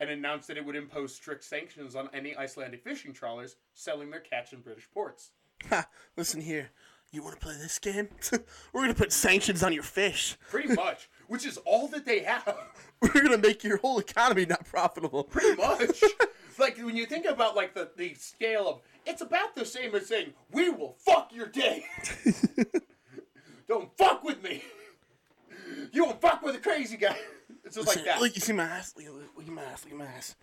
and announced that it would impose strict sanctions on any Icelandic fishing trawlers selling their catch in British ports. Ha, listen here. You want to play this game? We're going to put sanctions on your fish. Pretty much, which is all that they have. We're going to make your whole economy not profitable. pretty much. like when you think about like the, the scale of it's about the same as saying, We will fuck your day. Don't fuck with me. You won't fuck with a crazy guy. It's just like that. Look, you see my ass? Look, at- look at my ass. Look at my ass.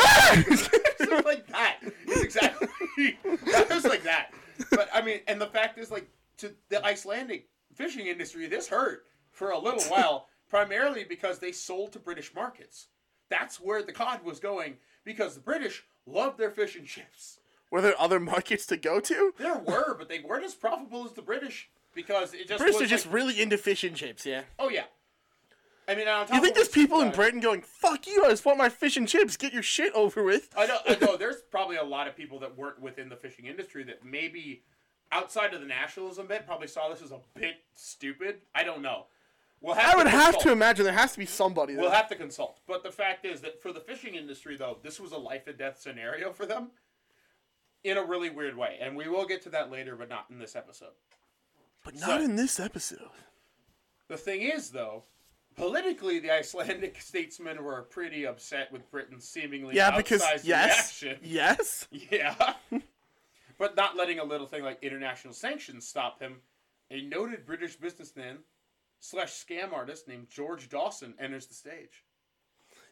Ah! It's just like that. It's exactly that was like that. But I mean and the fact is like to the Icelandic fishing industry, this hurt for a little while, primarily because they sold to British markets. That's where the cod was going because the British loved their fishing ships. Were there other markets to go to? There were, but they weren't as profitable as the British because it just British was are just like- really into fish and chips, yeah. oh yeah. I mean, on top You think of there's people in uh, Britain going, fuck you, I just want my fish and chips, get your shit over with? I know, I know. There's probably a lot of people that work within the fishing industry that maybe outside of the nationalism bit probably saw this as a bit stupid. I don't know. We'll have I would to have to consult. imagine there has to be somebody. We'll there. have to consult. But the fact is that for the fishing industry, though, this was a life and death scenario for them in a really weird way. And we will get to that later, but not in this episode. but not so- in this episode. The thing is, though, politically, the Icelandic statesmen were pretty upset with Britain's seemingly Yeah, outsized because yes, reaction. yes, Yeah. but not letting a little thing like international sanctions stop him, a noted British businessman slash scam artist named George Dawson enters the stage.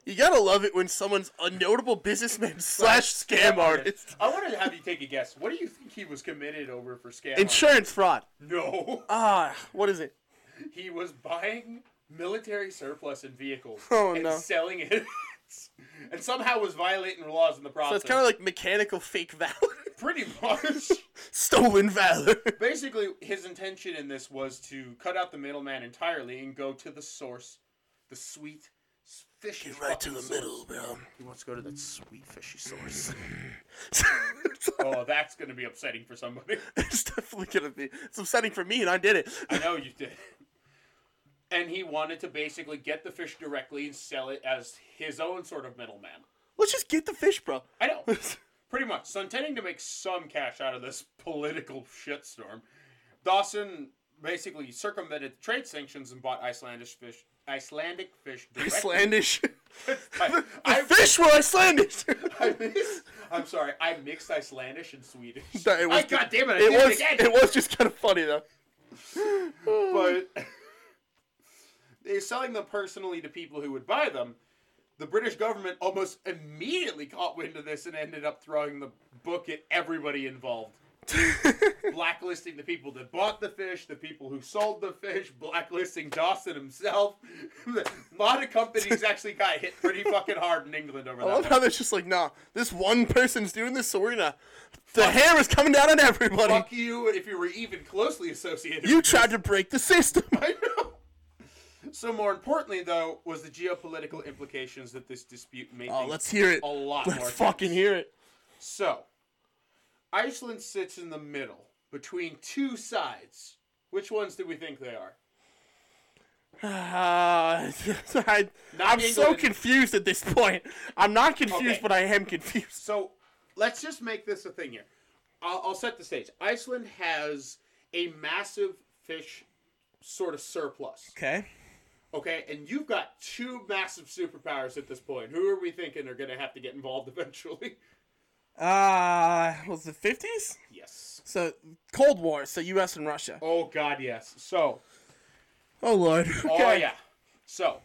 you gotta love it when someone's a notable businessman slash scam artist, I want to have you take a guess. What do you think he was committed over for scam? insurance fraud. artist? No. Ah, what is it? He was buying military surplus and vehicles Oh, and no. selling it. and somehow was violating the laws in the So process. it's kind of like mechanical fake valor, pretty much. stolen valor. Basically, his intention in this was to cut out the middleman entirely and go to the source, the sweet s- fishy fucking source. bro. He wants to go to that sweet fishy source. it's, oh, that's going to be upsetting for somebody. it's definitely gonna be. It's upsetting for me, and I did it. I know you did. And he wanted to basically get the fish directly and sell it as his own sort of middleman. Let's just get the fish, bro. I know. Pretty much. So intending to make some cash out of this political shitstorm, Dawson basically circumvented the trade sanctions and bought Icelandic fish. Icelandic fish directly. Icelandish. I, The I, fish were Icelandish. I mix, I'm sorry. I mixed Icelandish and Swedish. No, it was I, God damn it! I it did was. it again. It was just kind of funny though. but they're selling them personally to people who would buy them. The British government almost immediately caught wind of this and ended up throwing the book at everybody involved. blacklisting the people that bought the fish, the people who sold the fish, blacklisting Dawson himself. a lot of companies actually got hit pretty fucking hard in England over I that. love how they're just like, nah, this one person's doing this, so we're gonna. The hair is coming down on everybody. Fuck you if you were even closely associated. You tried to break the system. I know. So more importantly, though, was the geopolitical implications that this dispute made. Oh, let's hear it. a lot Let's more. fucking hear it. So, Iceland sits in the middle between two sides. Which ones do we think they are? Uh, I, Not I'm so England. confused at this point. I'm not confused, Okay. but I am confused. So let's just make this a thing here. I'll, I'll set the stage. Iceland has a massive fish sort of surplus. Okay. Okay, and you've got two massive superpowers at this point. Who are we thinking are going to have to get involved eventually? Uh, was it 50s? yes. So, Cold War, so US and Russia. Oh, God, yes. So, Oh, Lord. oh, Okay. yeah. So,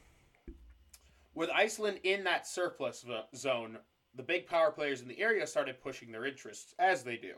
with Iceland in that surplus v- zone, the big power players in the area started pushing their interests, as they do.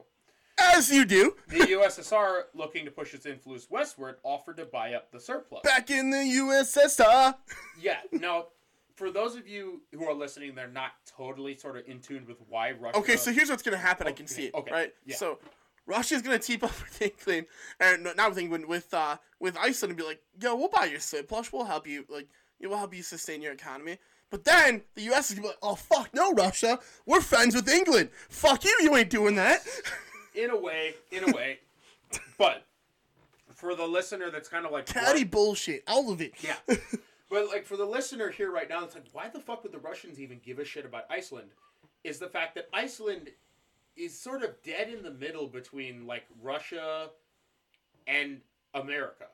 As you do. The USSR, looking to push its influence westward, offered to buy up the surplus. Back in the USSR. Yeah, no. For those of you who are listening, they're not totally sort of in tune with why Russia. Okay, so here's what's gonna happen. I can Uh, Okay, see it. okay, Right. yeah. So Russia's gonna team up with England, and not with England, with uh, with Iceland, and be like, "Yo, we'll buy your surplus. We'll help you. Like, we'll help you sustain your economy." But then the U.S. is gonna be like, "Oh fuck no, Russia. We're friends with England. Fuck you. You ain't doing that." in a way, in a way, but for the listener, that's kind of like what- Patty bullshit. All of it. Yeah, but like for the listener here right now, it's like why the fuck would the Russians even give a shit about Iceland? Is the fact that Iceland is sort of dead in the middle between like Russia and America.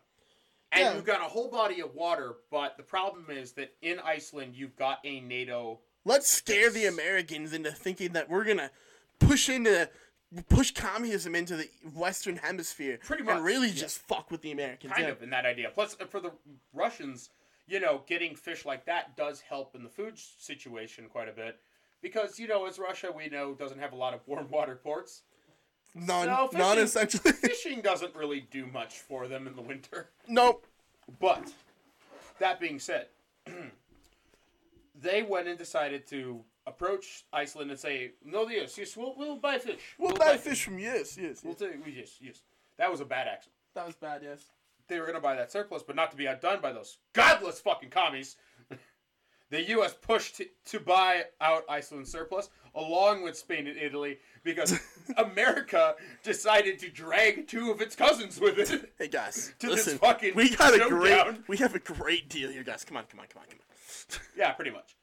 And Yeah. you've got a whole body of water, but the problem is that in Iceland you've got a NATO Let's scare the Americans into thinking that we're gonna push into push communism into the Western Hemisphere. Pretty much, And really yeah. just fuck with the Americans. kind yeah. of in that idea. Plus, uh, for the Russians, you know, getting fish like that does help in the food s- situation quite a bit. Because, you know, as Russia, we know, doesn't have a lot of warm water ports. Non So fishing- non essentially. Fishing doesn't really do much for them in the winter. nope. But, that being said, they went and decided to approach Iceland and say, No, yes, yes, we'll, we'll buy fish. We'll buy fish from yes, yes. We'll take, yes, yes. That was a bad accent. That was bad, yes. they were going to buy that surplus, but not to be outdone by those godless fucking commies. the U.S. pushed to, to buy out Iceland's surplus, along with Spain and Italy, because America decided to drag two of its cousins with it. Hey guys, To this listen. fucking we got a showdown. great, we have a great deal here, guys. Come on, come on, come on, come on. yeah, pretty much.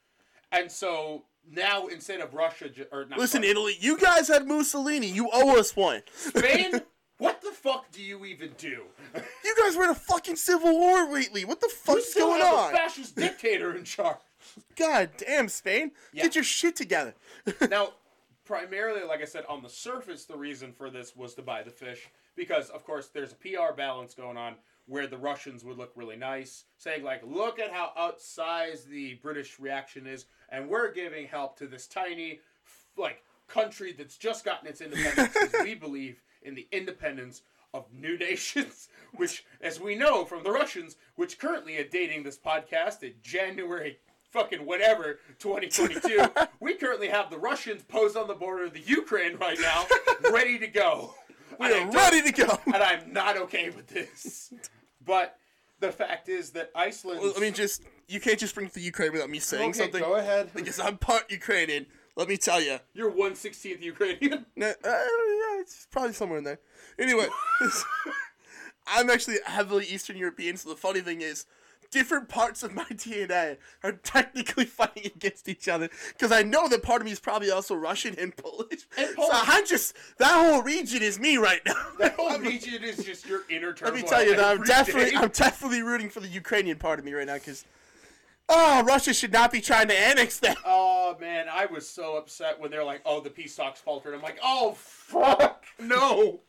And so now, instead of Russia, ju- or not Listen, Russia, Italy, you guys had Mussolini. You owe us one. Spain, what the fuck do you even do? You guys were in a fucking civil war lately. What the fuck's Still going have on? a fascist dictator in charge. God damn, Spain, Yeah. get your shit together. now, primarily, like I said, on the surface, the reason for this was to buy the fish because, of course, there's a PR balance going on where the Russians would look really nice, saying like, "Look at how outsized the British reaction is, and we're giving help to this tiny, f- like, country that's just gotten its independence because we believe in the independence." Of new nations, which, as we know from the Russians, which currently are dating this podcast at January fucking whatever 2022 we currently have the russians posed on the border of the ukraine right now ready to go We And I are don't- ready to go. and i'm not okay with this but the fact is that iceland Well, I mean, just you can't just bring up the Ukraine without me saying something ahead because I'm part Ukrainian. Let me tell you. you're 116th ukrainian No, uh, yeah, it's probably somewhere in there. Anyway, I'm actually heavily Eastern European, so the funny thing is, different parts of my DNA are technically fighting against each other because I know that part of me is probably also Russian and Polish. And So Polish. I'm just that whole region is me right now. that whole region is just your inner turmoil Let me tell you that I'm every definitely day. I'm definitely rooting for the Ukrainian part of me right now because. Oh, Russia should not be trying to annex that. oh man i was so upset when they're like oh the peace talks faltered i'm like oh fuck no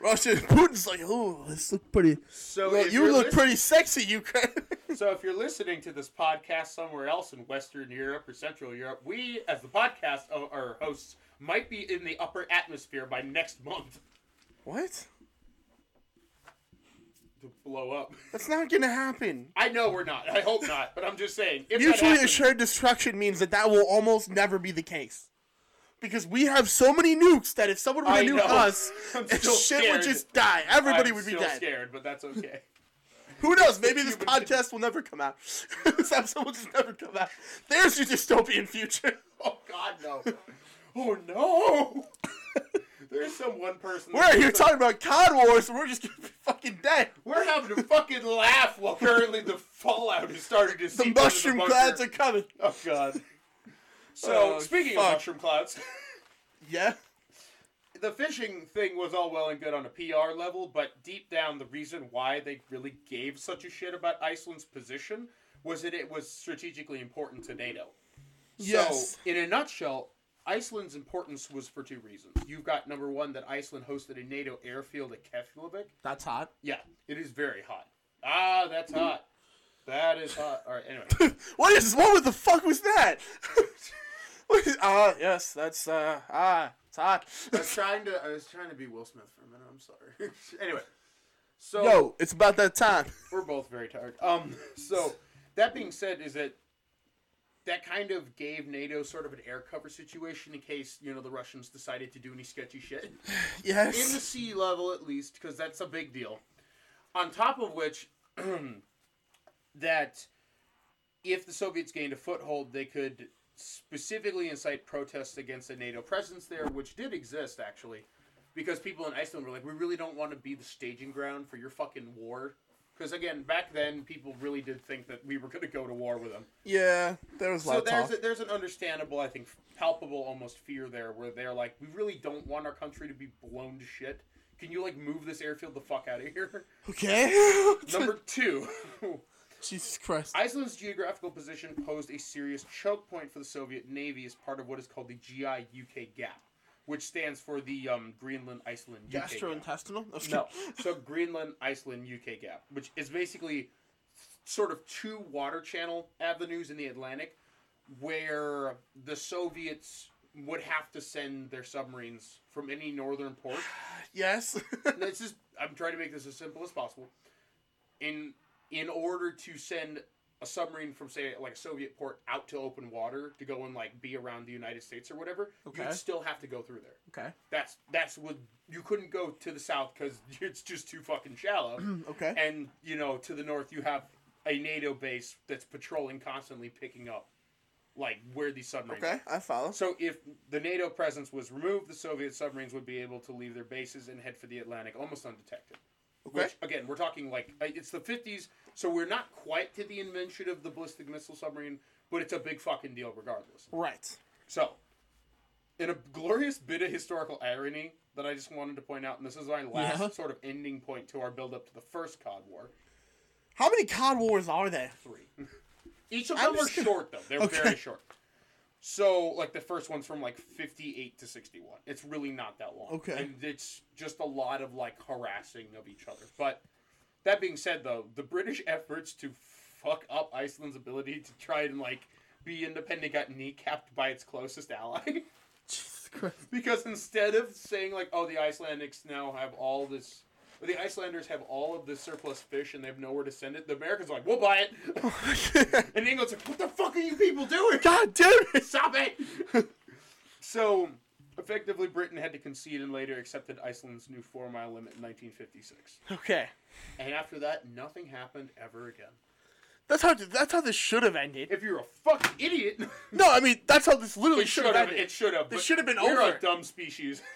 Russia, Putin's like, oh, this look pretty. so Well, if you you're look listening- pretty sexy, Ukraine. So if you're listening to this podcast somewhere else in Western Europe or Central Europe, we, as the podcast o- our hosts, might be in the upper atmosphere by next month What? to blow up. That's not gonna happen. I know we're not. I hope not. But I'm just saying. If that Mutually happens, assured destruction means that that will almost never be the case. Because we have so many nukes that if someone were I to nuke know. us, I'm shit still would scared. just die. Everybody I'm would be still dead. scared, but that's okay. Who knows? Maybe this Human- podcast will never come out. this episode will just never come out. There's your dystopian future. Oh God, no. Oh no. There's some one person. We're here talking about COD Wars, and we're just gonna be fucking dead. We're having a fucking laugh while currently the fallout has started to. The seep into mushroom bunker. clouds are coming. Oh god. So Oh, speaking fuck. of mushroom clouds, Yeah. the fishing thing was all well and good on a PR level, but deep down, the reason why they really gave such a shit about Iceland's position was that it was strategically important to NATO. Yes. So, in a nutshell, Iceland's importance was for two reasons. You've got number one that Iceland hosted a NATO airfield at Keflavik. That's hot. Yeah, it is very hot. Ah, that's hot. That is hot. All right. Anyway. What is what the fuck was that? What is- Ah, yes, that's uh ah, it's hot. I was trying to I was trying to be Will Smith for a minute. I'm sorry. anyway, so Yo, it's about that time. we're both very tired. Um, so that being said, is that that kind of gave NATO sort of an air cover situation in case you know the Russians decided to do any sketchy shit in the Yes. sea level at least, because that's a big deal. On top of which, that if the Soviets gained a foothold, they could specifically incite protests against the NATO presence there, which did exist actually, because people in Iceland were like, we really don't want to be the staging ground for your fucking war. Because again, back then, people really did think that we were going to go to war with them. Yeah, there was a lot So of there's talk. a, there's an understandable, I think, palpable almost fear there, where they're like, we really don't want our country to be blown to shit. Can you like move this airfield the fuck out of here? okay. Number two, Jesus Christ. Iceland's geographical position posed a serious choke point for the Soviet Navy as part of what is called the GI UK Gap, which stands for the um, Greenland Iceland UK Gap. Gastrointestinal? No, so Greenland Iceland UK Gap, which is basically sort of two water channel avenues in the Atlantic where the Soviets would have to send their submarines from any northern port. Yes. This is I'm trying to make this as simple as possible. In in order to send a submarine from say like a Soviet port out to open water to go and like be around the United States or whatever, Okay. you'd still have to go through there. okay. That's that's what you couldn't go to the south because it's just too fucking shallow. Okay. and you know, to the north, you have a NATO base that's patrolling constantly, picking up like where these submarines. Okay, I follow. So if the NATO presence was removed, the Soviet submarines would be able to leave their bases and head for the Atlantic almost undetected. Okay. Which again, we're talking like uh, it's the fifties, so we're not quite to the invention of the ballistic missile submarine, but it's a big fucking deal regardless. Right. So, in a glorious bit of historical irony that I just wanted to point out, and this is my last Yeah. sort of ending point to our build up to the first COD War. How many COD Wars are there? Three. Each of I'm them were just gonna- short, though. They're Okay. very short. So, like, the first one's from like 58 to 61. It's really not that long. Okay. And it's just a lot of like harassing of each other. But that being said, though, the British efforts to fuck up Iceland's ability to try and like be independent got kneecapped by its closest ally. Jesus Christ. because instead of saying like, "Oh, the Icelandics now have all this," or the Icelanders have all of this surplus fish and they have nowhere to send it, the Americans are like, "We'll buy it," and England's like, "What the fuck are you people doing? God damn it! Stop it!" so, effectively, Britain had to concede and later accepted Iceland's new four-mile limit in 1956. Okay. And after that, nothing happened ever again. That's how that's how this should have ended. If you're a fucking idiot, No, I mean that's how this literally it should have should have. ended. It should have. This but should have been we're over. a dumb species.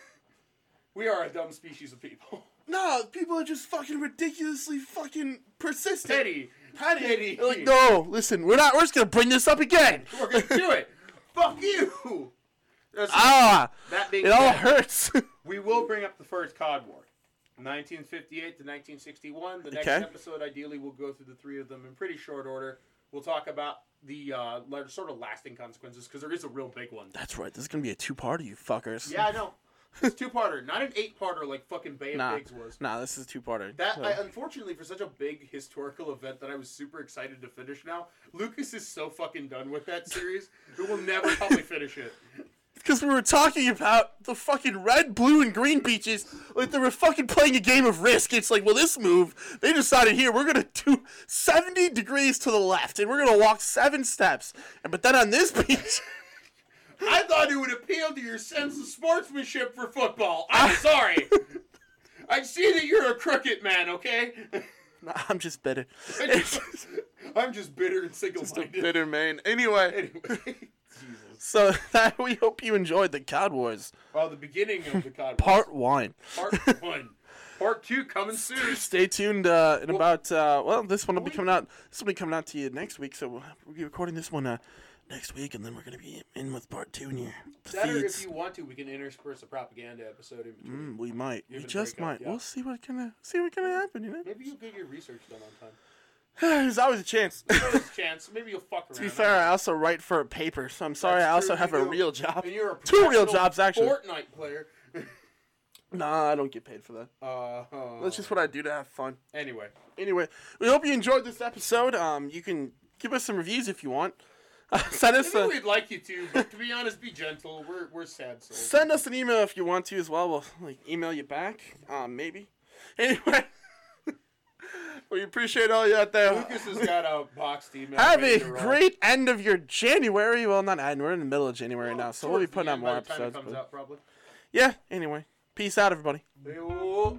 we are a dumb species of people. No, people are just fucking ridiculously fucking persistent. Teddy. Petty. Petty. Like, no, listen, we're not. We're just gonna bring this up again. We're gonna do it. Fuck you. That's- Ah, that being it all said, hurts. we will bring up the first COD War, 1958 to 1961. The next Okay. episode, ideally, we'll go through the three of them in pretty short order. We'll talk about the uh, la- sort of lasting consequences because there is a real big one. That's right. This is gonna be a two-parter, you fuckers. Yeah, I know. It's two-parter, not an eight-parter like fucking Bay of Nah, Pigs was. nah, this is a two-parter. That So- I, unfortunately, for such a big historical event that I was super excited to finish. Now Lucas is so fucking done with that series, we will never probably finish it. Because we were talking about the fucking red, blue, and green beaches, like they were fucking playing a game of Risk. It's like, well, this move, they decided here we're gonna do seventy degrees to the left, and we're gonna walk seven steps, and but then on this beach, I thought it would appeal to your sense of sportsmanship for football. I'm sorry. I see that you're a crooked man, okay? Nah, I'm just bitter. I'm just- I'm just bitter and Just a single-minded. bitter man. Anyway, Anyway, Jesus. So that we hope you enjoyed the Cod Wars Well, the beginning of the COD part one. part one, part two coming soon. Stay tuned uh, in about uh, well, this one will be coming out. This will be coming out to you next week. So we'll we'll be recording this one uh, next week, and then we're gonna be in with part two in your That or if feeds. you want to, we can intersperse a propaganda episode in between. Mm, we might. We Even just break might. up, yeah. We'll see what gonna see what gonna happen. You know, Maybe you'll get your research done on time. there's always a chance. There's a chance. Maybe you'll fuck around. To be fair, I also write for a paper, so I'm sorry That's I also true, have you a do. real job. And you're a Two real professional jobs, actually. Fortnite player. Nah, I don't get paid for that. Uh, That's just what I do to have fun. Anyway, Anyway, we hope you enjoyed this episode. Um, you can give us some reviews if you want. send us maybe a, we'd like you to, but to be honest, be gentle. We're we're sad souls. send us an email if you want to as well. We'll like email you back. Um, maybe. Anyway, we appreciate all you out there. Lucas has got a boxed email. Have ready a to roll. great end of your January. Well, not end. We're in the middle of January now, so we'll be Towards the putting out end by more the time it episodes. comes but- out, probably. Yeah. Anyway, peace out, everybody. Hey, oh.